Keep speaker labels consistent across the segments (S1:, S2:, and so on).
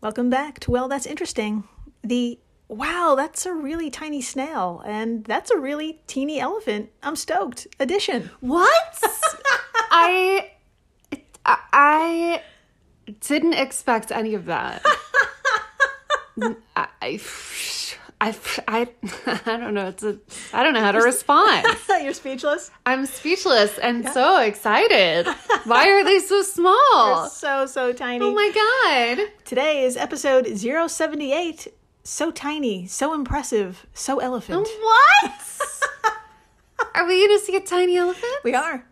S1: Welcome back to Well, That's Interesting. The wow, that's a really tiny snail, and that's a really teeny elephant. I'm stoked. Addition.
S2: What? I, I didn't expect any of that. I, I, I, I, I don't know. It's a, I don't know how to respond.
S1: You're speechless?
S2: I'm speechless and so excited. Why are they so small?
S1: So, so tiny.
S2: Oh my god.
S1: Today is episode 078. So tiny, so impressive, so elephant.
S2: Oh, What? Are we gonna see a tiny elephant?
S1: We are.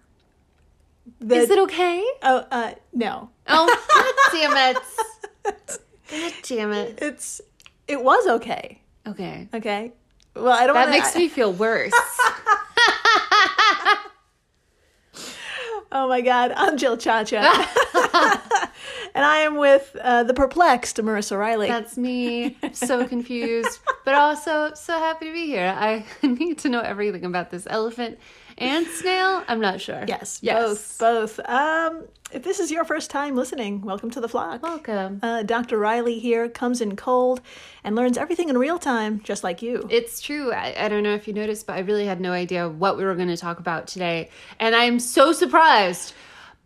S1: The,
S2: Is it okay?
S1: Oh, uh, no.
S2: Oh, god damn it. God damn it.
S1: It's, it was okay.
S2: Okay.
S1: Okay. Well, I don't
S2: That
S1: wanna,
S2: makes me feel worse.
S1: Oh my God, I'm Jill Chacha. and I am with uh, the perplexed Marissa Riley.
S2: That's me. I'm so confused, but also so happy to be here. I need to know everything about this elephant and snail. I'm not sure.
S1: yes,
S2: Yes.
S1: both. Both. Um, if this is your first time listening, welcome to the flock.
S2: Welcome.
S1: Uh, Dr. Riley here comes in cold and learns everything in real time, just like you.
S2: It's true. I, I don't know if you noticed, but I really had no idea what we were going to talk about today. And I'm so surprised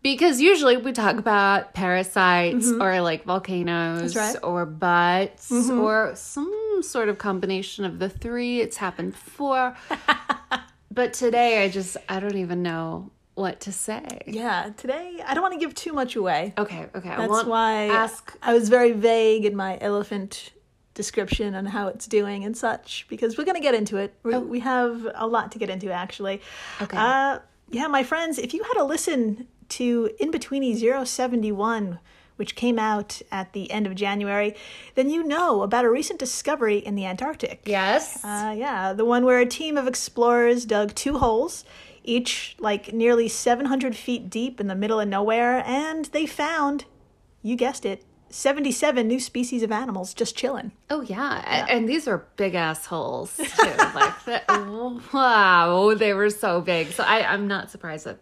S2: because usually we talk about parasites or like volcanoes
S1: Mm-hmm. That's right. Mm-hmm.
S2: or butts or some sort of combination of the three. It's happened before. but today I just, I don't even know what to say.
S1: yeah, today I don't want to give too much away.
S2: Okay, okay. I
S1: That's
S2: won't
S1: why
S2: ask.
S1: I was very vague in my elephant description on how it's doing and such because we're going to get into it. We, we have a lot to get into actually.
S2: Oh. Okay.
S1: Uh, yeah, my friends, if you had to listen to In Betweeny 071, which came out at the end of January, then you know about a recent discovery in the Antarctic.
S2: Yes.
S1: Uh, yeah, the one where a team of explorers dug two holes, each like nearly 700 feet deep in the middle of nowhere, and they found, you guessed it, 77 new species of animals just chilling.
S2: Oh yeah, A- and these are big assholes too. like that, wow, they were so big. So I, I'm not surprised that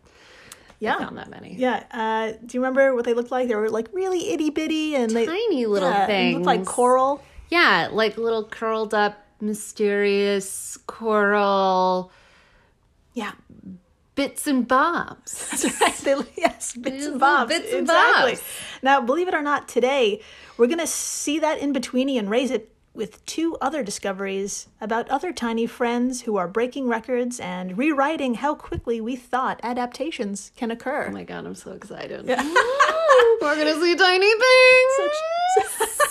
S1: Yeah.
S2: I found that many.
S1: Yeah. Uh, do you remember what they looked like? They were like really itty bitty and they
S2: Tiny little
S1: yeah, and
S2: things.
S1: looked like coral.
S2: Yeah, like little curled up, mysterious coral
S1: Yeah.
S2: bits and bobs.
S1: That's right. They, yes, bits
S2: Little
S1: and bobs.
S2: bits and
S1: exactly.
S2: bobs.
S1: Now, believe it or not, today we're going to see that in betweeny and raise it with two other discoveries about other tiny friends who are breaking records and rewriting how quickly we thought adaptations can occur.
S2: Oh my god, I'm so excited. Ooh, we're gonna see tiny things.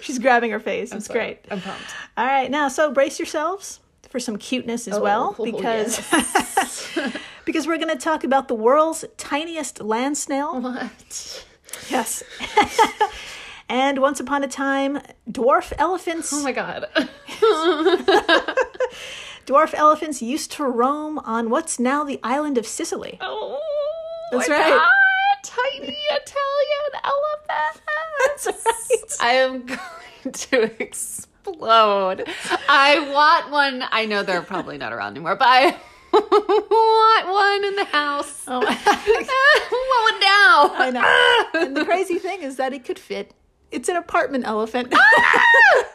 S1: She's grabbing her face. It's great.
S2: I'm pumped.
S1: All right, now so brace yourselves for some cuteness as well,
S2: oh,
S1: because because we're going to talk about the world's tiniest land snail.
S2: What?
S1: Yes. and once upon a time, dwarf elephants.
S2: Oh my god.
S1: Dwarf elephants used to roam on what's now the island of Sicily.
S2: Oh,
S1: That's
S2: my
S1: right.
S2: God, tiny Italian elephants. I am going to explode. I want one. I know they're probably not around anymore, but I want one in the house.
S1: Oh my-
S2: want one now.
S1: I know. And the crazy thing is that it could fit. It's an apartment elephant.
S2: Ah!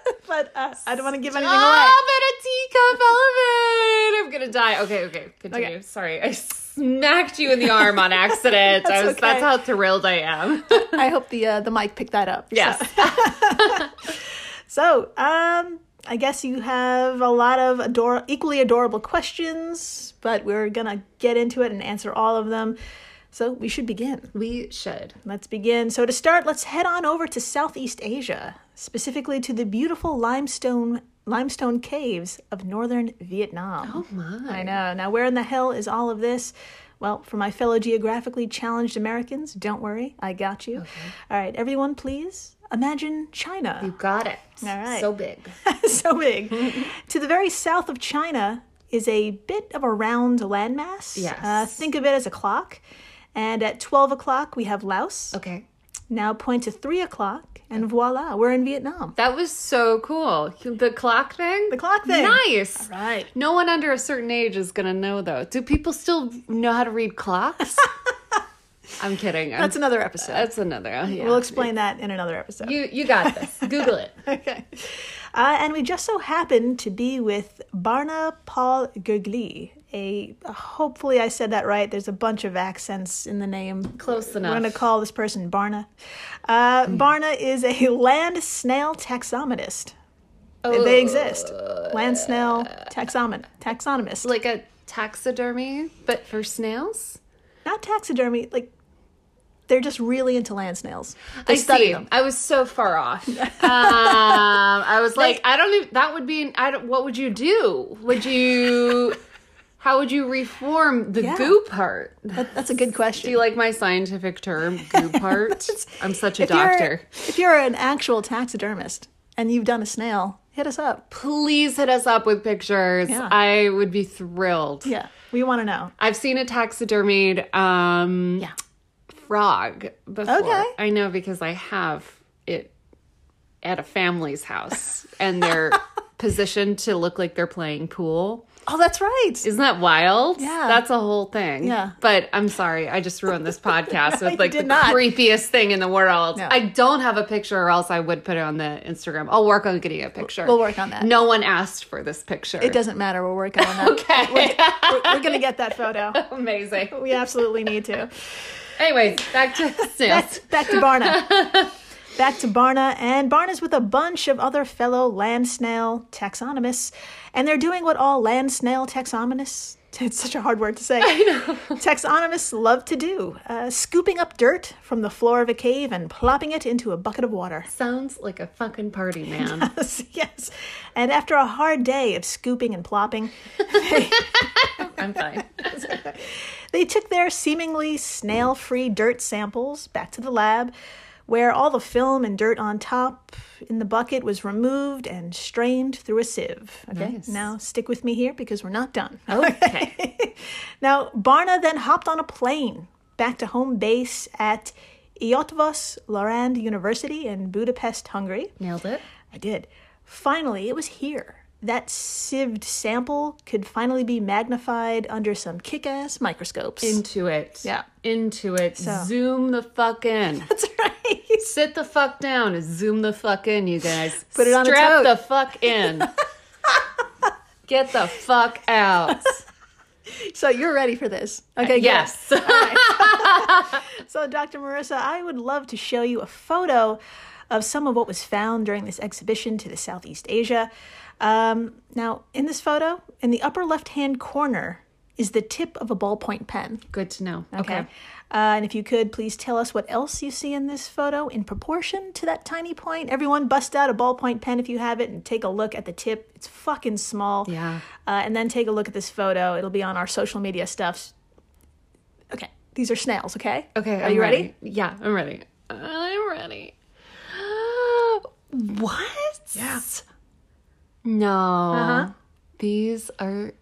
S1: but uh, I don't want to give anything away.
S2: Oh, Ah, I'm in a teacup elephant. I'm gonna die. Okay, okay, continue.
S1: Okay.
S2: Sorry, I smacked you in the arm on accident.
S1: That's
S2: I was,
S1: okay.
S2: That's how thrilled I am.
S1: I hope the uh, the mic picked that up.
S2: Yes.
S1: So, um, I guess you have a lot of ador- equally adorable questions, but we're gonna get into it and answer all of them. So we should begin.
S2: we should.
S1: Let's begin. So to start, let's head on over to Southeast Asia, specifically to the beautiful limestone limestone caves of northern Vietnam.
S2: Oh my.
S1: I know. Now, where in the hell is all of this? Well, for my fellow geographically challenged Americans, don't worry, I got you. All right, everyone, please imagine China.
S2: You got it.
S1: All right.
S2: So big.
S1: so big. to the very south of China is a bit of a round landmass.
S2: Yes.
S1: Uh, think of it as a clock. And at 12 o'clock, we have Laos.
S2: Okay.
S1: Now point to 3 o'clock, and voila, we're in Vietnam.
S2: That was so cool. The clock thing?
S1: The clock thing.
S2: Nice.
S1: Right.
S2: No one under a certain age is going to know, though. Do people still know how to read clocks? I'm kidding. I'm-
S1: That's another episode.
S2: that's another. yeah.
S1: We'll explain that in another episode.
S2: you you got this. Google it.
S1: okay. Uh, and we just so happened to be with Barna Paul Gugli. A hopefully I said that right. There's a bunch of accents in the name.
S2: Close
S1: We're
S2: enough.
S1: going to call this person Barna. Uh,
S2: Hmm.
S1: Barna is a land snail taxonomist. They- They exist. Land snail taxonom- taxonomist.
S2: like a taxidermy, but for snails.
S1: Not taxidermy, like they're just really into land snails. They
S2: I
S1: study
S2: see.
S1: them.
S2: I was so far off. um, I was like, I don't even. That would be. I don't. What would you do? Would you? How would you reform the
S1: Yeah.
S2: goo part?
S1: That- that's a good question.
S2: Do you like my scientific term, goo part? I'm such a
S1: if You're,
S2: doctor.
S1: if you're an actual taxidermist and you've done a snail, hit us up.
S2: Please hit us up with pictures.
S1: Yeah.
S2: I would be thrilled.
S1: Yeah, we want to know.
S2: I've seen a taxidermied um,
S1: Yeah.
S2: frog before.
S1: Okay.
S2: I know because I have it at a family's house and they're positioned to look like they're playing pool.
S1: Oh, that's right.
S2: Isn't that wild?
S1: Yeah.
S2: That's a whole thing.
S1: Yeah.
S2: But I'm sorry, I just ruined this podcast
S1: you
S2: with like the
S1: did not.
S2: creepiest thing in the world.
S1: No.
S2: I don't have a picture or else I would put it on the Instagram. I'll work on getting a picture.
S1: We'll work on that.
S2: No one asked for this picture.
S1: It doesn't matter. We're working on that.
S2: Okay.
S1: We're, we're going to get that photo.
S2: Amazing.
S1: We absolutely need to.
S2: Anyways, back to snails.
S1: Back to Barna. Back to Barna, and Barna's with a bunch of other fellow land snail taxonomists, and they're doing what all land snail taxonomists. It's such a hard word to say. Taxonomists love to do uh, scooping up dirt from the floor of a cave and plopping it into a bucket of water.
S2: Sounds like a fucking party, man.
S1: yes. And after a hard day of scooping and plopping,
S2: I'm fine.
S1: They took their seemingly snail free dirt samples back to the lab, where all the film and dirt on top in the bucket was removed and strained through a sieve. Okay,
S2: Nice.
S1: now stick with me here because we're not done.
S2: Okay.
S1: now, Barna then hopped on a plane back to home base at Iotvos Lorand University in Budapest, Hungary.
S2: Nailed it.
S1: I did. Finally, it was here. That sieved sample could finally be magnified under some kick ass microscopes.
S2: Into it.
S1: Yeah.
S2: Into it. Zoom the fuck in.
S1: That's right.
S2: Sit the fuck down. Zoom the fuck in, you guys.
S1: Put it on a
S2: Strap
S1: tote.
S2: the fuck in. Get the fuck out.
S1: So you're ready for this. Okay, yes.
S2: Yes.
S1: So, Dr. Marissa, I would love to show you a photo of some of what was found during this exhibition to the Southeast Asia. Um, now, in this photo, in the upper left hand corner is the tip of a ballpoint pen.
S2: Good to know.
S1: Okay.
S2: Okay.
S1: Uh, and if you could, please tell us what else you see in this photo in proportion to that tiny point. Everyone, bust out a ballpoint pen if you have it and take a look at the tip. It's fucking small.
S2: Yeah.
S1: Uh, and then take a look at this photo. It'll be on our social media stuffs. Okay. These are snails, okay?
S2: Okay.
S1: Are
S2: I'm
S1: you ready?
S2: Yeah, I'm ready. I'm ready. what?
S1: Yes.
S2: No. These are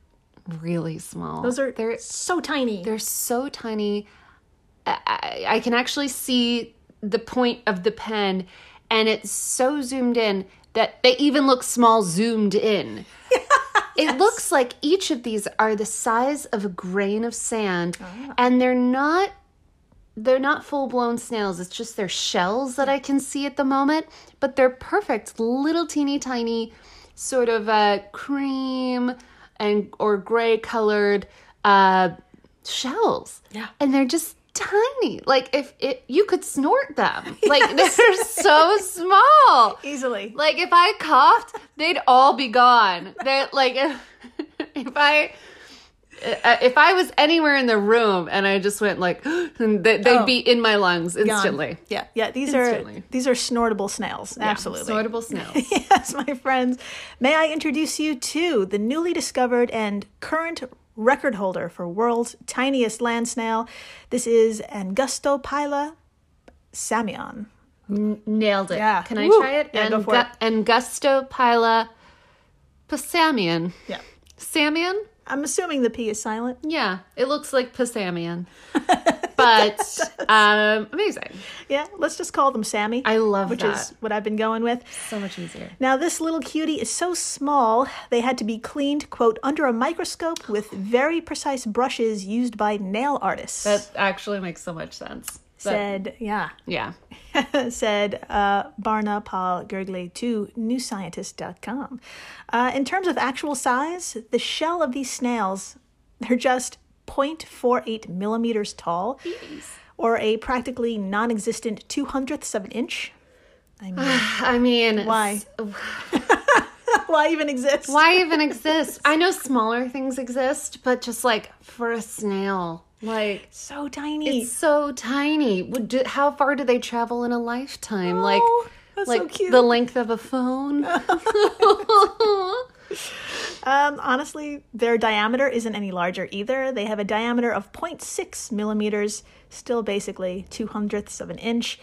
S2: really small.
S1: Uh-huh. Those are
S2: They're,
S1: they're so tiny.
S2: They're so tiny. I, I, I can actually see the point of the pen, and it's so zoomed in that they even look small zoomed in. It looks like each of these are the size of a grain of sand, and they're not. They're not full blown snails. It's just their shells that I can see at the moment, but they're perfect little teeny tiny, sort of uh, cream and or gray colored uh, shells.
S1: Yeah.
S2: and they're just tiny. Like if it, you could snort them. Like they're so small.
S1: Easily.
S2: Like if I coughed, they'd all be gone. They like if, if I uh, if I was anywhere in the room and I just went like and they- they'd be in my lungs instantly.
S1: Yeah. Yeah. These are
S2: Instantly.
S1: these are snortable snails. Absolutely.
S2: Sortable snails.
S1: yes, my friends. May I introduce you to the newly discovered and current record holder for world's tiniest land snail. This is Angustopila samion.
S2: Nailed it.
S1: Yeah.
S2: Can I
S1: Woo.
S2: try it?
S1: Yeah,
S2: and
S1: go for it.
S2: And Gustopila Pisamian.
S1: Yeah.
S2: Samian?
S1: I'm assuming the P is silent.
S2: Yeah. It looks like Pisamian. but um, amazing.
S1: Yeah, let's just call them Sammy.
S2: I love
S1: which
S2: that.
S1: is what I've been going with.
S2: so much easier.
S1: Now, this little cutie is so small, they had to be cleaned, quote, under a microscope with very precise brushes used by nail artists.
S2: That actually makes so much sense. But-
S1: said, yeah,
S2: yeah.
S1: said uh, Barna Paul Gergley to newscientist.com. Uh, in terms of actual size, the shell of these snails, they're just 0.48 millimeters tall, or a practically non existent 200ths of an inch. I mean,
S2: I mean,
S1: Why?
S2: s-
S1: why even exist?
S2: why even exist? I know smaller things exist, but just like for a snail, like
S1: So tiny.
S2: so tiny. Would do, how far do they travel in a lifetime?
S1: Oh,
S2: like
S1: that's so
S2: like
S1: cute. Uh.
S2: the length of a phone.
S1: Um, honestly, their diameter isn't any larger either. They have a diameter of 0.6 millimeters, still basically two hundredths of an inch.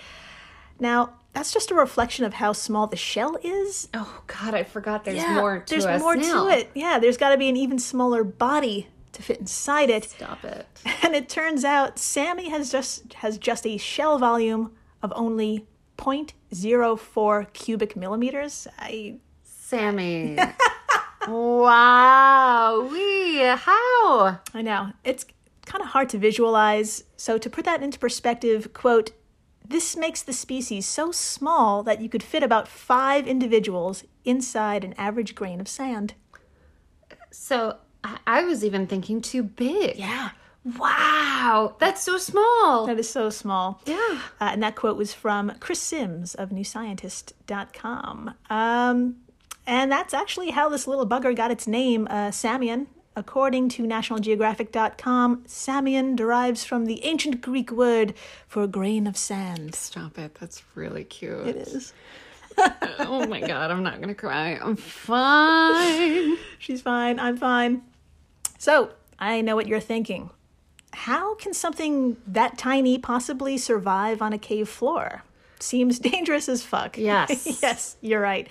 S1: Now, that's just a reflection of how small the shell is.
S2: oh God, I forgot. There's more to
S1: there's
S2: a
S1: more
S2: snail.
S1: to it. Yeah, there's got to be an even smaller body to fit inside it.
S2: Stop it.
S1: And it turns out Sammy has just has just a shell volume of only 0.04 cubic millimeters. I
S2: Sammy. wow. Wee. How?
S1: I know. It's kind of hard to visualize. So, to put that into perspective, quote, this makes the species so small that you could fit about five individuals inside an average grain of sand.
S2: So I, I was even thinking too big.
S1: Yeah.
S2: Wow. That's so small.
S1: That is so small.
S2: Yeah.
S1: Uh, and that quote was from Chris Sims of NewScientist.com. Um, and that's actually how this little bugger got its name, uh, Samian. According to NationalGeographic.com, Samian derives from the ancient Greek word for grain of sand.
S2: Stop it. That's really cute.
S1: It is.
S2: oh my God. I'm not going to cry. I'm fine.
S1: She's fine. I'm fine. So I know what you're thinking. How can something that tiny possibly survive on a cave floor? Seems dangerous as fuck.
S2: Yes.
S1: yes, you're right.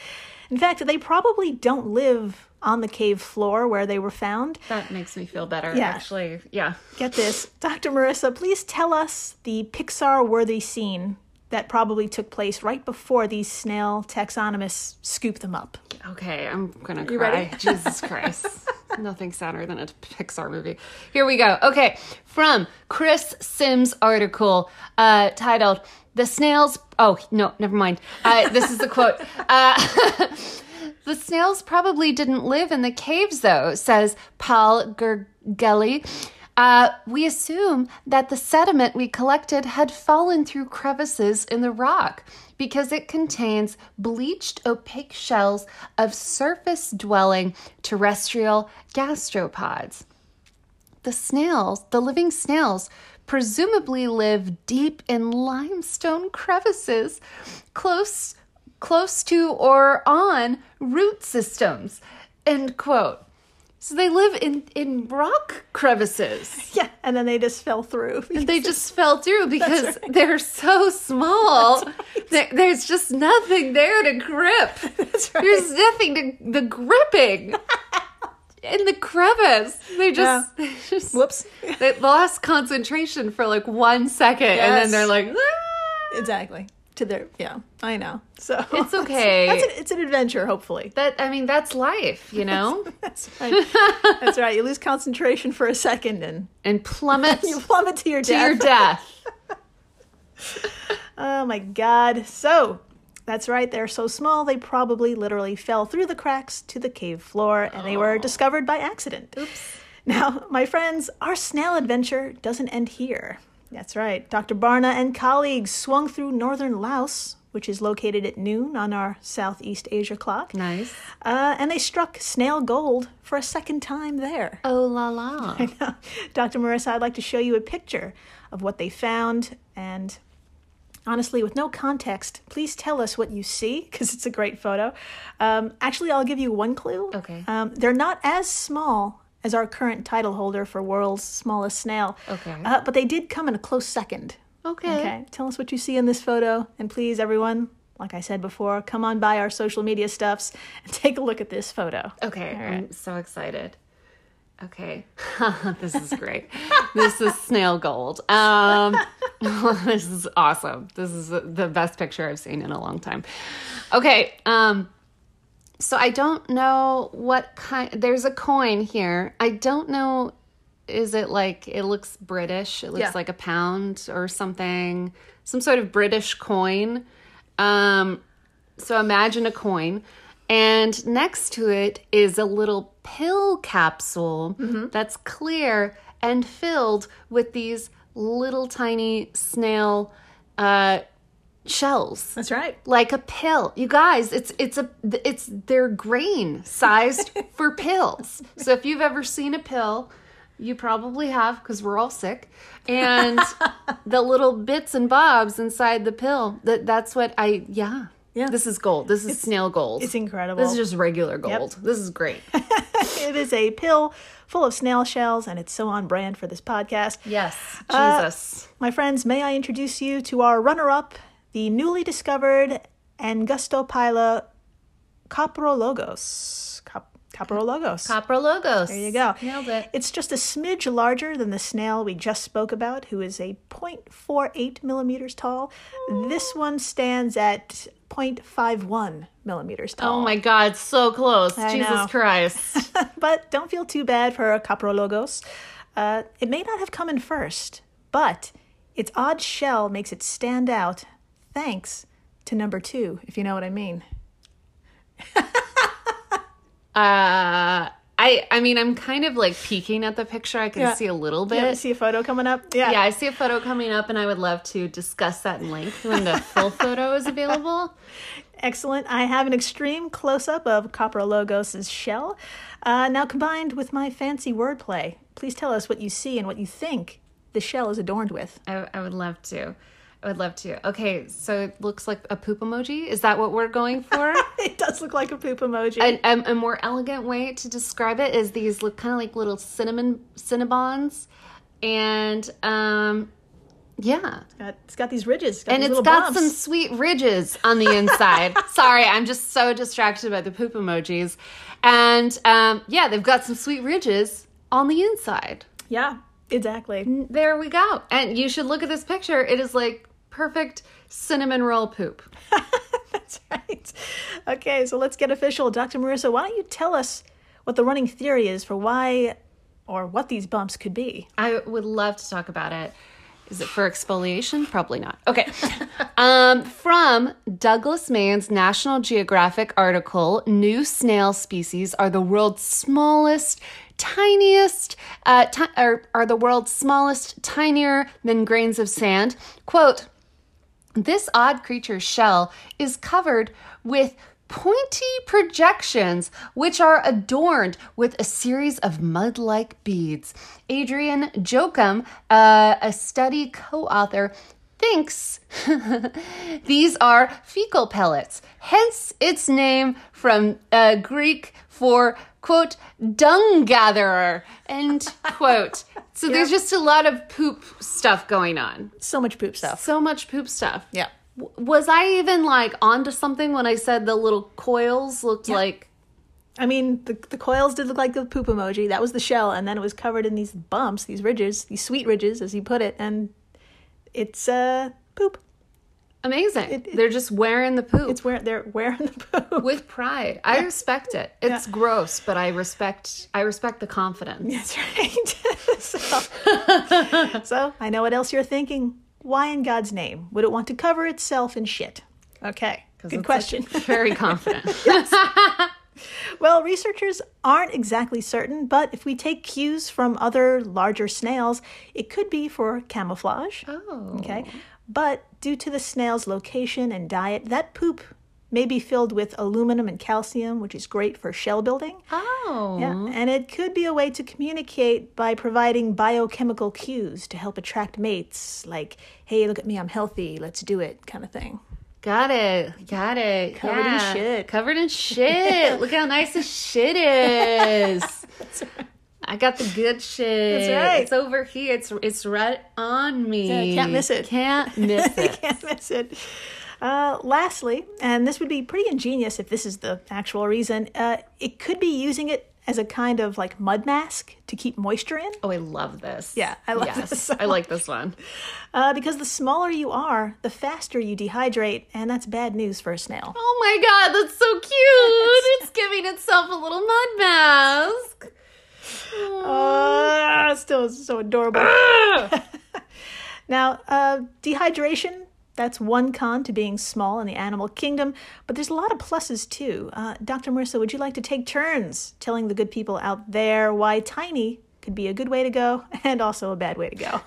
S1: In fact, they probably don't live on the cave floor where they were found.
S2: That makes me feel better,
S1: Yeah.
S2: actually. Yeah.
S1: Get this. Dr. Marissa, please tell us the Pixar worthy scene that probably took place right before these snail taxonomists scoop them up.
S2: Okay. I'm going to cry.
S1: ready?
S2: Jesus Christ. Nothing sadder than a Pixar movie. Here we go. Okay. From Chris Sims' article uh, titled, The Snails. Oh, no, never mind. Uh, this is the quote. The snails probably didn't live in the caves, though, says Paul Gergely. Uh, we assume that the sediment we collected had fallen through crevices in the rock because it contains bleached opaque shells of surface dwelling terrestrial gastropods. The snails, the living snails, presumably live deep in limestone crevices, close close to or on root systems. End quote. So they live in, in rock crevices.
S1: Yeah, and then they just fell through.
S2: They just fell through because they're so small. There, there's just nothing there to grip.
S1: That's right.
S2: There's nothing to the gripping in the crevice. They just, they just
S1: Whoops.
S2: they lost concentration for like one second and
S1: Yes.
S2: then they're like "Ah."
S1: Exactly. To their yeah, I know. So
S2: it's okay
S1: That's an, it's an adventure, hopefully.
S2: that i mean that's life you know
S1: That's right. That's right. You lose concentration for a second and
S2: and plummet
S1: you
S2: to
S1: plummet to your death.
S2: your death
S1: Oh my god. So that's right, they're so small they probably literally fell through the cracks to the cave floor and they
S2: Oh.
S1: were discovered by accident. Oops. Now, my friends, our snail adventure doesn't end here. That's right. Dr. Barna and colleagues swung through northern Laos, which is located at noon on our Southeast Asia clock.
S2: nice
S1: Uh, and they struck snail gold for a second time there.
S2: oh la la
S1: Dr. Marissa, I'd like to show you a picture of what they found. And honestly, with no context, please tell us what you see because it's a great photo. Um, actually, I'll give you one clue.
S2: Okay.
S1: Um, they're not as small as our current title holder for World's Smallest Snail.
S2: Okay.
S1: Uh, but they did come in a close second.
S2: okay,
S1: Okay, tell us what you see in this photo, and please, everyone, like I said before, come on by our social media stuffs and take a look at this photo.
S2: Okay, I'm so excited. Okay. this is great. this is snail gold. Um, this is awesome. This is the best picture I've seen in a long time. Okay. Um, so I don't know what kind. There's a coin here. I don't know. Is it like it looks British? It looks
S1: Yeah.
S2: like a pound or something, some sort of British coin. Um, so imagine a coin, and next to it is a little pill capsule that's clear and filled with these little tiny snail uh, shells
S1: That's right.
S2: like a pill. You guys, it's it's a it's they're grain sized for pills. So if you've ever seen a pill, you probably have because we're all sick. And the little bits and bobs inside the pill. That that's what I yeah.
S1: Yeah.
S2: This is gold. This is snail gold.
S1: It's incredible.
S2: This is just regular gold. This is great.
S1: it is a pill full of snail shells, and it's so on brand for this podcast.
S2: Yes.
S1: Uh,
S2: Jesus.
S1: My friends, may I introduce you to our runner up, the newly discovered Angustopyla caprologos. Cap- caprologos.
S2: Copper logos. There
S1: There you go.
S2: Nailed it.
S1: It's just a smidge larger than the snail we just spoke about, who is a 0.48 millimeters tall. This one stands at 0.51 millimeters
S2: Oh
S1: tall.
S2: my God, so close.
S1: I
S2: Jesus
S1: know.
S2: Christ.
S1: but don't feel too bad for Caprologos. Uh, it may not have come in first, but its odd shell makes it stand out thanks to number two, if you know what I mean.
S2: Uh, I I mean I'm kind of like peeking at the picture. I can
S1: Yeah.
S2: see a little bit.
S1: Yeah,
S2: Yeah,
S1: see a photo coming up? Yeah.
S2: I see a photo coming up, and I would love to discuss that in length when the full photo is available.
S1: Excellent. I have an extreme close up of Caprologos' shell. Uh, now, combined with my fancy wordplay, please tell us what you see and what you think the shell is adorned with.
S2: I, I would love to. I would love to. Okay, so it looks like a poop emoji. Is that what we're going for?
S1: It does look like a poop emoji.
S2: a, a, a more elegant way to describe it is these look kind of like little cinnamon cinnabons, and um, yeah.
S1: Uh, it's got these ridges. It's got
S2: and
S1: these
S2: it's
S1: little
S2: got
S1: bumps.
S2: some sweet ridges on the inside. Sorry, I'm just so distracted by the poop emojis. And um, yeah, they've got some sweet ridges on the inside.
S1: Yeah, exactly.
S2: There we go. And you should look at this picture. It is like perfect cinnamon roll poop.
S1: That's right. Okay, so let's get official. Dr. Marissa, why don't you tell us what the running theory is for why or what these bumps could be?
S2: I would love to talk about it. Is it for exfoliation? Probably not. Okay. um, from Douglas Mann's National Geographic article, new snail species are the world's smallest, tiniest, uh, ti- are, are the world's smallest, tinier than grains of sand. Quote, this odd creature's shell is covered with pointy projections, which are adorned with a series of mud like beads. Adrian Jokum, uh, a study co author, thinks these are fecal pellets, hence its name from uh, Greek for quote dung gatherer end quote so there's just a lot of poop stuff going on
S1: So much poop stuff.
S2: so much poop stuff.
S1: Yeah.
S2: W- Was I even like onto something when I said the little coils looked like
S1: I mean, the, the coils did look like the poop emoji. That was the shell, and then it was covered in these bumps, these ridges, these sweet ridges, as you put it, and it's uh poop.
S2: amazing? They're just wearing the poop
S1: It's where they're wearing the poop.
S2: with pride. I respect it. It's gross, but I respect I respect the confidence.
S1: That's right. so, so I know what else you're thinking. Why in God's name would it want to cover itself in shit? Okay, good question.
S2: Very confident.
S1: Well, researchers aren't exactly certain, but if we take cues from other larger snails, it could be for camouflage.
S2: oh.
S1: Okay. But due to the snail's location and diet, that poop may be filled with aluminum and calcium, which is great for shell building.
S2: Oh.
S1: Yeah, and it could be a way to communicate by providing biochemical cues to help attract mates, like, hey, look at me, I'm healthy, let's do it, kind of thing.
S2: Got it. Got it.
S1: Covered in
S2: Yeah.
S1: shit.
S2: Covered in shit. Look how nice the shit is. I got the good shit.
S1: right.
S2: It's over here. It's it's right on me.
S1: you can't miss it.
S2: Can't miss
S1: you
S2: it.
S1: can't miss it. Uh, lastly, and this would be pretty ingenious if this is the actual reason, uh, it could be using it as a kind of like mud mask to keep moisture in.
S2: Oh, I love this.
S1: Yeah, I love this so
S2: I like this one.
S1: Uh, because the smaller you are, the faster you dehydrate, and that's bad news for a snail.
S2: Oh my god, that's so cute. it's giving itself a little mud mask.
S1: Uh, still so adorable. Ah! now, uh, dehydration, that's one con to being small in the animal kingdom, but there's a lot of pluses too. Uh, Dr. Marissa, would you like to take turns telling the good people out there why tiny could be a good way to go and also a bad way to go?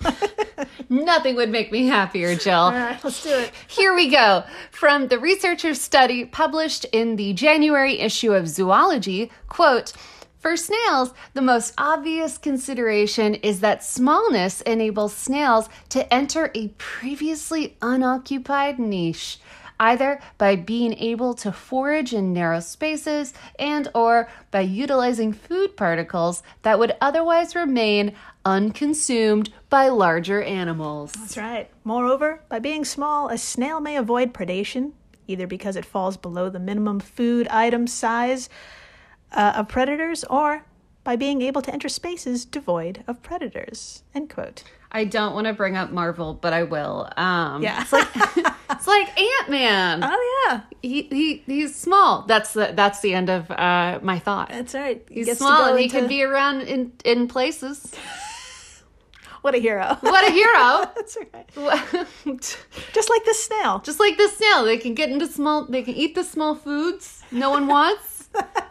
S2: Nothing would make me happier, Jill.
S1: All right, let's do it.
S2: Here we go. From the researcher's study published in the January issue of Zoology, quote, for snails, the most obvious consideration is that smallness enables snails to enter a previously unoccupied niche, either by being able to forage in narrow spaces and or by utilizing food particles that would otherwise remain unconsumed by larger animals.
S1: That's right. Moreover, by being small, a snail may avoid predation, either because it falls below the minimum food item size uh, of predators or by being able to enter spaces devoid of predators. End quote.
S2: I don't want to bring up Marvel, but I will. Um,
S1: Yeah.
S2: it's like it's like Ant Man.
S1: Oh, yeah.
S2: he, he he's small. That's the that's the end of uh, my thought.
S1: That's right. He
S2: he's
S1: gets to
S2: small
S1: go
S2: and he
S1: into-
S2: can be around in in places.
S1: What a hero.
S2: What a hero!
S1: That's right.
S2: What-
S1: Just like this snail. Just
S2: Just like the snail, they can get into small. They can eat the small foods no one wants.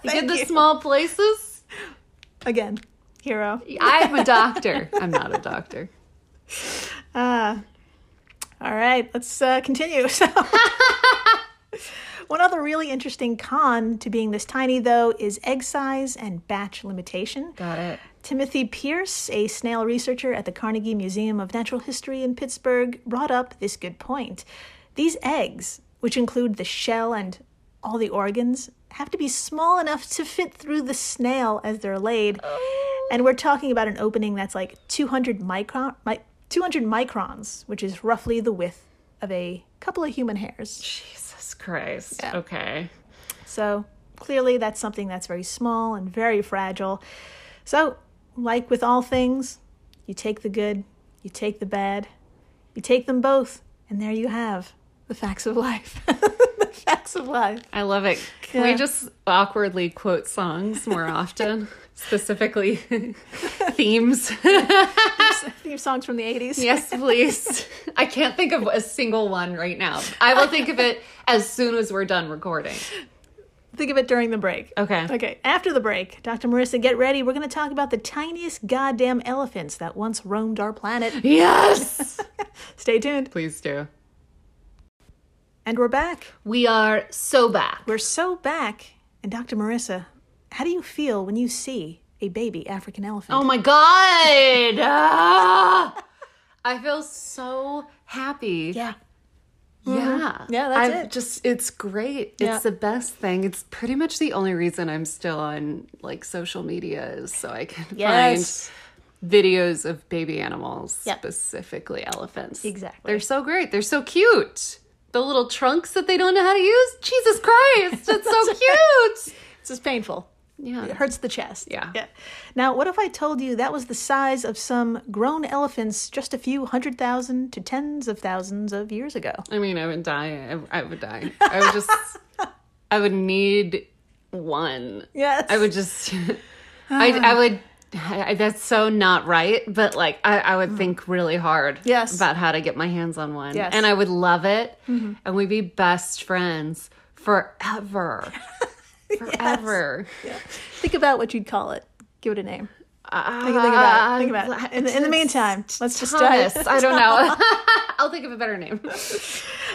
S2: They get the
S1: you.
S2: small places.
S1: again, hero.
S2: I'm a doctor. I'm not a doctor.
S1: All right, let's uh, continue. So, one other really interesting con to being this tiny, though, is egg size and batch limitation.
S2: Got it.
S1: Timothy Pierce, a snail researcher at the Carnegie Museum of Natural History in Pittsburgh, brought up this good point. These eggs, which include the shell and all the organs, have to be small enough to fit through the snail as they're laid. And we're talking about an opening that's like 200 micron mi- 200 microns, which is roughly the width of a couple of human hairs.
S2: Jesus Christ. Okay.
S1: So clearly, that's something that's very small and very fragile. So, like with all things, you take the good, you take the bad, you take them both, and there you have the facts of life. the facts of life.
S2: I love it. Can
S1: Yeah.
S2: we just awkwardly quote songs more often? Specifically themes.
S1: Theme songs from the 80s.
S2: yes, please. I can't think of a single one right now. I will think of it as soon as we're done recording.
S1: Think of it during the break.
S2: Okay.
S1: Okay, after the break, Dr. Marissa, get ready. We're going to talk about the tiniest goddamn elephants that once roamed our planet.
S2: Yes.
S1: Stay tuned.
S2: please do.
S1: And we're back.
S2: We are so back.
S1: We're so back. And Dr. Marissa, how do you feel when you see a baby African elephant?
S2: Oh my god. Ah! I feel so happy.
S1: yeah.
S2: Yeah.
S1: Mm-hmm. Yeah, that's
S2: I've
S1: it.
S2: Just it's great.
S1: Yeah.
S2: It's the best thing. It's pretty much the only reason I'm still on like social media is so I can
S1: Yes.
S2: find videos of baby animals,
S1: Yep.
S2: specifically elephants.
S1: Exactly.
S2: They're so great. They're so cute. The little trunks that they don't know how to use. Jesus Christ. That's so cute.
S1: It's just painful. It
S2: Yeah.
S1: hurts the chest.
S2: Yeah.
S1: yeah. Now, what if I told you that was the size of some grown elephants just a few hundred thousand to tens of thousands of years ago?
S2: I mean, I would die. I, I would die. I would just I would need one.
S1: Yes.
S2: I would just, I,
S1: Ah.
S2: I would. I, that's so not right, but like I, I would think really hard
S1: Mm. Yes.
S2: about how to get my hands on one,
S1: Yes. Mm-hmm.
S2: and I would love it, and we'd be best friends forever, forever.
S1: Think about what you'd call it. Give it a name.
S2: Think,
S1: Think
S2: Ah, Uh,
S1: about it. Think about it. In, the- in the meantime, let's just dive.
S2: I don't know. I'll think of a better name.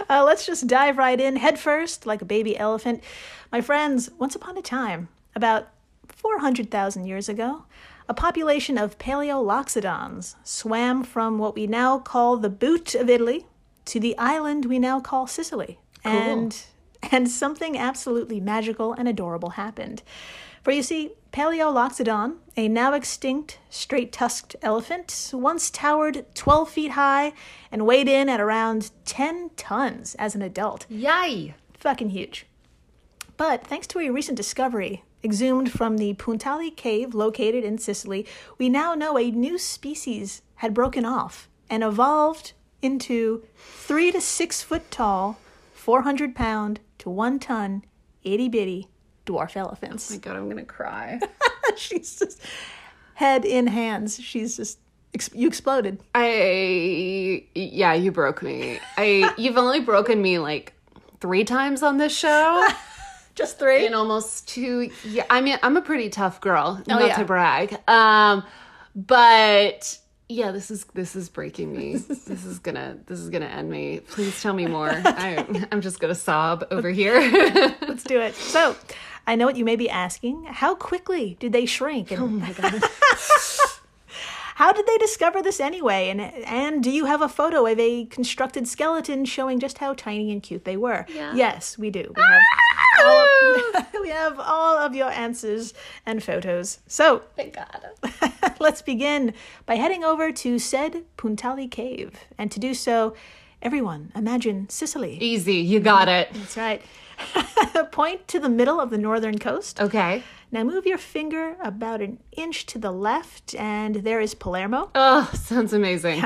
S1: Uh, let's just dive right in head first, like a baby elephant. My friends, once upon a time, about 400,000 years ago, a population of Paleoloxodons swam from what we now call the boot of Italy to the island we now call Sicily. And and something absolutely magical and adorable happened. For you see, Paleoloxodon, a now extinct straight tusked elephant, once towered 12 feet high and weighed in at around 10 tons as an adult.
S2: Yay!
S1: Fucking huge. But thanks to a recent discovery exhumed from the Puntali cave located in Sicily, we now know a new species had broken off and evolved into three to six foot tall, 400 pound to one ton, itty bitty dwarf elephants.
S2: Oh my god, I'm gonna cry.
S1: she's just head in hands. She's just ex- you exploded.
S2: I yeah, you broke me. I you've only broken me like three times on this show
S1: Just three.
S2: in almost two. Yeah, I mean I'm a pretty tough girl, not
S1: Oh, yeah.
S2: to brag. Um, but yeah, this is this is breaking me. this is gonna this is gonna end me. Please tell me more. I, I'm just gonna sob over here.
S1: Let's do it. So, I know what you may be asking. How quickly did they shrink? And oh my god. How did they discover this anyway? And and do you have a photo of a constructed skeleton showing just how tiny and cute they were?
S2: Yeah.
S1: Yes, we do. We have, Ah! all of, we have all of your answers and photos. So,
S2: Thank God.
S1: Let's begin by heading over to said Puntali Cave. And to do so, everyone imagine Sicily.
S2: Easy, you got it.
S1: That's right. Point to the middle of the northern coast.
S2: Okay.
S1: Now move your finger about an inch to the left, and there is Palermo.
S2: Oh, sounds amazing.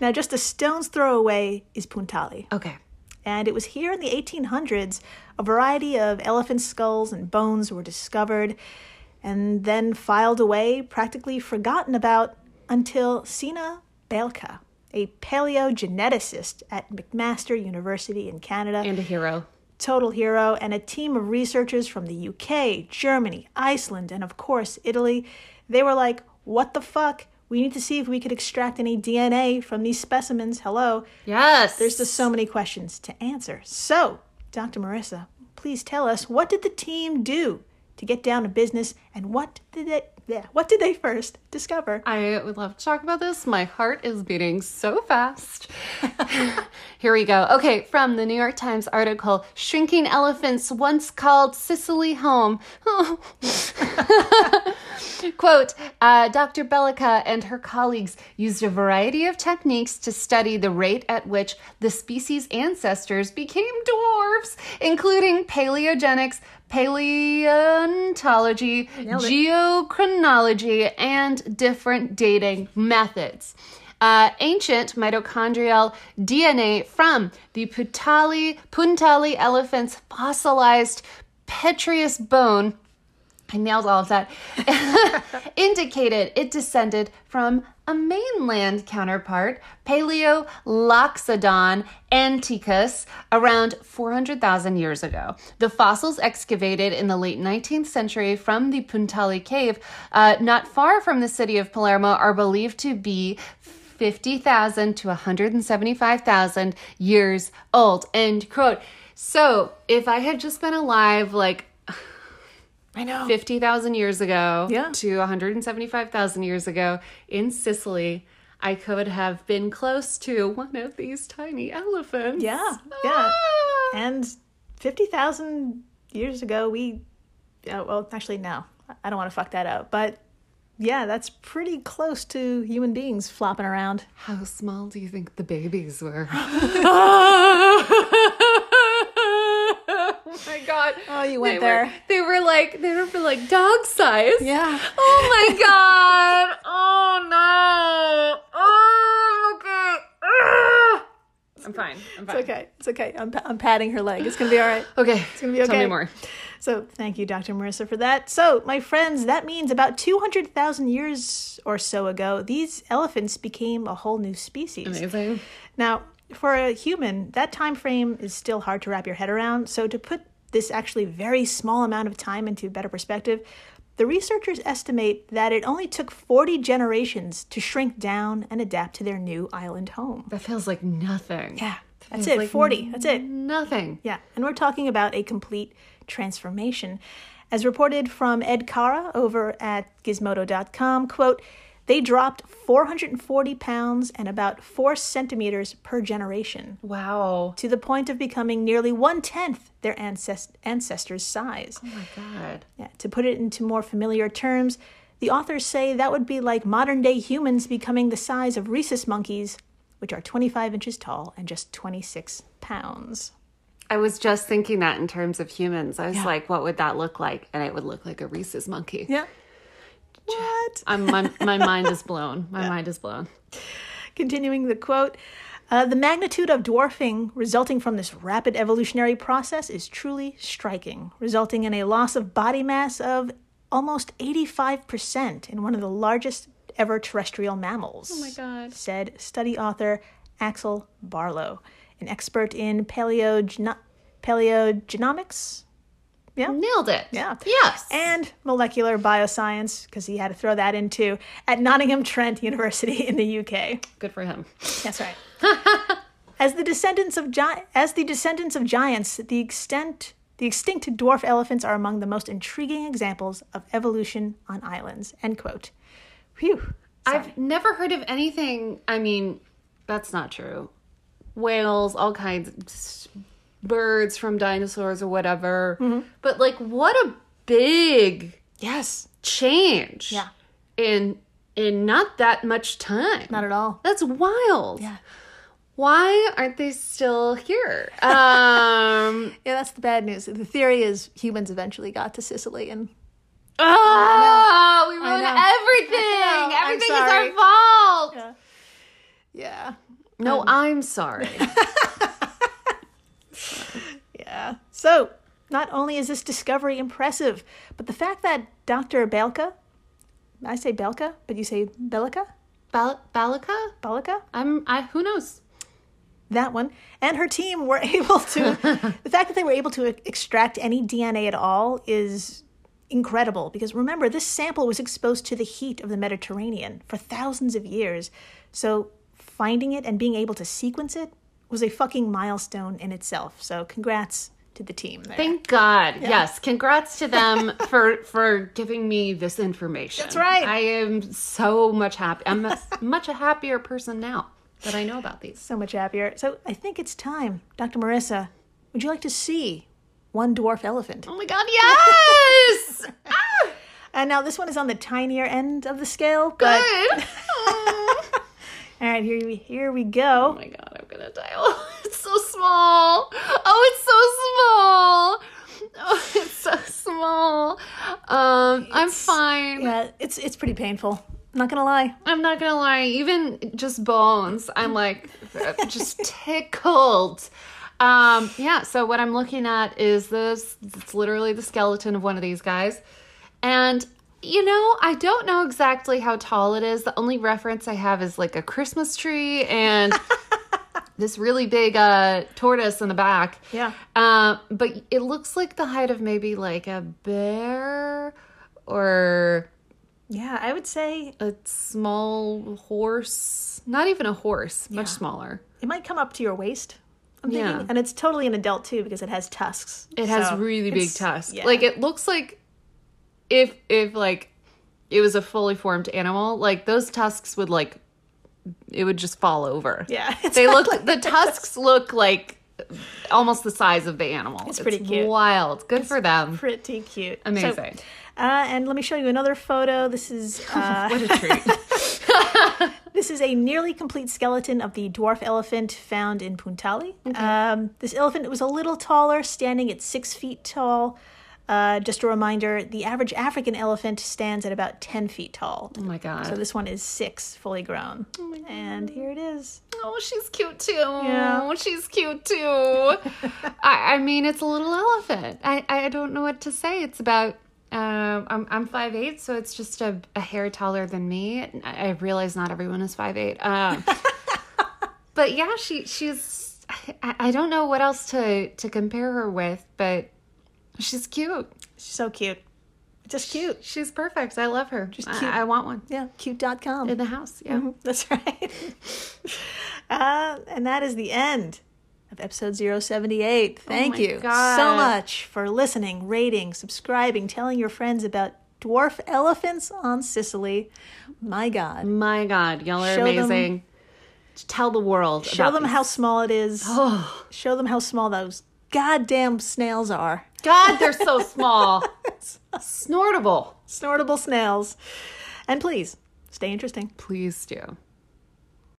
S1: Now, just a stone's throw away is Puntali.
S2: Okay.
S1: And it was here in the 1800s a variety of elephant skulls and bones were discovered and then filed away, practically forgotten about, until Sina Belka, a paleogeneticist at McMaster University in Canada,
S2: And a hero.
S1: total hero, and a team of researchers from the UK, Germany, Iceland, and of course Italy, they were like, what the fuck? We need to see if we could extract any DNA from these specimens. Hello.
S2: Yes.
S1: There's just so many questions to answer. So, Dr. Marissa, please tell us what did the team do to get down to business, and what did they yeah, what did they first discover?
S2: I would love to talk about this. My heart is beating so fast. Here we go. Okay, from the New York Times article Shrinking Elephants Once Called Sicily Home. Quote uh, Dr. Bellica and her colleagues used a variety of techniques to study the rate at which the species' ancestors became dwarfs, including paleogenics, paleontology, geochronology, and different dating methods. Uh, ancient mitochondrial DNA from the Putali, Puntali elephant's fossilized petrious bone I nailed all of that. Indicated it descended from a mainland counterpart, Paleoloxodon anticus, around 400,000 years ago. The fossils excavated in the late 19th century from the Puntali Cave, uh, not far from the city of Palermo, are believed to be 50,000 to 175,000 years old. End quote. So, if I had just been alive, like,
S1: I know.
S2: 50,000 years ago
S1: Yeah.
S2: to 175,000 years ago in Sicily, I could have been close to one of these tiny elephants.
S1: Yeah, yeah.
S2: Ah!
S1: And 50,000 years ago, we. Oh, well, actually, no. I don't want to fuck that up. But yeah, that's pretty close to human beings flopping around.
S2: How small do you think the babies were? oh my god.
S1: Oh, you
S2: they
S1: went
S2: were-
S1: there.
S2: they were like they were like dog size.
S1: Yeah.
S2: Oh my god. Oh no. Oh okay. Ah! I'm fine. I'm fine.
S1: It's okay. It's okay. I'm, pa- I'm patting her leg. It's going to be all right.
S2: Okay. It's
S1: gonna be
S2: Tell me
S1: okay.
S2: more.
S1: So, thank you, Dr. Marissa, for that. So, my friends, that means about 200,000 years or so ago, these elephants became a whole new species.
S2: Amazing.
S1: Now, for a human, that time frame is still hard to wrap your head around. So to put this actually very small amount of time into better perspective, the researchers estimate that it only took 40 generations to shrink down and adapt to their new island home.
S2: That feels like nothing.
S1: Yeah, that's it. 40. That's it.
S2: Nothing.
S1: Yeah, and we're talking about a complete transformation. As reported from Ed Cara over at gizmodo.com, quote, they dropped 440 pounds and about four centimeters per generation
S2: Wow.
S1: to the point of becoming nearly one tenth their ancest- ancestors' size.
S2: Oh my god.
S1: Yeah, to put it into more familiar terms, the authors say that would be like modern day humans becoming the size of rhesus monkeys, which are 25 inches tall and just 26 pounds.
S2: I was just thinking that in terms of humans. I was like, what would that look like? And it would look like a Reese's monkey.
S1: Yeah. What?
S2: I'm, my, my mind is blown. My mind is blown.
S1: Continuing the quote uh, The magnitude of dwarfing resulting from this rapid evolutionary process is truly striking, resulting in a loss of body mass of almost 85% in one of the largest ever terrestrial mammals. Oh my
S2: God.
S1: Said study author Axel Barlow, an expert in paleogeno- paleogenomics
S2: Nailed it.
S1: Yeah.
S2: Yes.
S1: and molecular bioscience, because he had to throw that in too, at Nottingham Trent University in the UK.
S2: Good for him.
S1: That's right. as the descendants of gi- as the descendants of giants, the extent the extinct dwarf elephants are among the most intriguing examples of evolution on islands. End quote. Phew.
S2: I've never heard of anything. I mean, that's not true. Whales, all kinds, of s- birds from dinosaurs or whatever. But like, what a big
S1: Yes.
S2: change.
S1: Yeah.
S2: In in not that much time.
S1: Not at all.
S2: That's wild.
S1: Yeah.
S2: Why aren't they still here? Um.
S1: Yeah, that's the bad news. The theory is humans eventually got to Sicily and
S2: oh, we ruined
S1: know. I know.
S2: everything.
S1: I'm
S2: Everything is
S1: sorry.
S2: our fault.
S1: yeah. Um,
S2: No, I'm sorry.
S1: Yeah. So, not only is this discovery impressive, but the fact that Dr. Belka, I say Belka, but you say Belika,
S2: Bal- Balika.
S1: Belika,
S2: I'm I who knows?
S1: that one, and her team were able to, the fact that they were able to e- extract any DNA at all is incredible because remember, this sample was exposed to the heat of the Mediterranean for thousands of years. So, finding it and being able to sequence it was a fucking milestone in itself. So, congrats to the team there.
S2: Thank God. Yes. Congrats to them for for giving me this information. That's
S1: right.
S2: I am so much happy. I'm a, much a happier person now that I know about these.
S1: so much happier. So I think it's time, Dr. Marissa. Would you like to see one dwarf elephant?
S2: Oh my God! Yes. ah,
S1: And now this one is on the tinier end of the scale, but
S2: good. oh
S1: all right, here we here we go.
S2: my God! I'm gonna die. Oh, it's so small. Oh, it's so small. Oh, it's so small. Um, I'm fine.
S1: Yeah, it's it's pretty painful. Not gonna lie.
S2: I'm not gonna lie, even just bones, I'm like just tickled. Um, yeah, so what I'm looking at is this it's literally the skeleton of one of these guys. And you know, I don't know exactly how tall it is. The only reference I have is like a Christmas tree and this really big uh tortoise in the back.
S1: Yeah.
S2: Um, but it looks like the height of maybe like a bear or
S1: Yeah, I would say
S2: a small horse, not even a horse, much smaller.
S1: it might come up to your waist. I'm
S2: Yeah.
S1: thinking, and it's totally an adult too because it has tusks.
S2: It has
S1: So
S2: really big
S1: it's-
S2: tusks.
S1: yeah.
S2: Like it looks like if if like it was a fully formed animal, like those tusks would like it would just fall over.
S1: Yeah, it's
S2: They look the tusks look like almost the size of the animal. It's
S1: pretty cute.
S2: Wild. Good for them.
S1: pretty cute. So,
S2: Amazing.
S1: uh, and let me show you another photo. This is uh,
S2: what a treat.
S1: This is a nearly complete skeleton of the dwarf elephant found in Puntali. Um, this elephant was a little taller, standing at six feet tall. Uh, just a reminder the average African elephant stands at about 10 feet tall.
S2: oh my god.
S1: So this one is six, fully grown. and here it is.
S2: Oh, she's cute too. She's cute too. I, I mean, it's a little elephant. I, I don't know what to say. It's about, um, I'm, I'm 5'8, so it's just a, a hair taller than me. I, I realize not everyone is 5'8. Um, but yeah, she she's, I, I don't know what else to, to compare her with, but she's cute.
S1: She's so cute. Just cute.
S2: She's perfect. I love her. She's
S1: cute. Mm-hmm.
S2: I, I want one
S1: Yeah, cute.com.
S2: in the house. Yeah.
S1: That's right. uh, and that is the end of episode 078. Thank
S2: Oh my
S1: you so
S2: God.
S1: much for listening, rating, subscribing, telling your friends about dwarf elephants on Sicily. My God.
S2: My God, y'all are
S1: Show them-
S2: amazing. Tell the world.
S1: Show
S2: about
S1: them how small it is.
S2: Oh.
S1: Show them how small those goddamn snails are.
S2: God, they're so small. Snortable.
S1: Snortable snails. And please, stay interesting.
S2: Please do.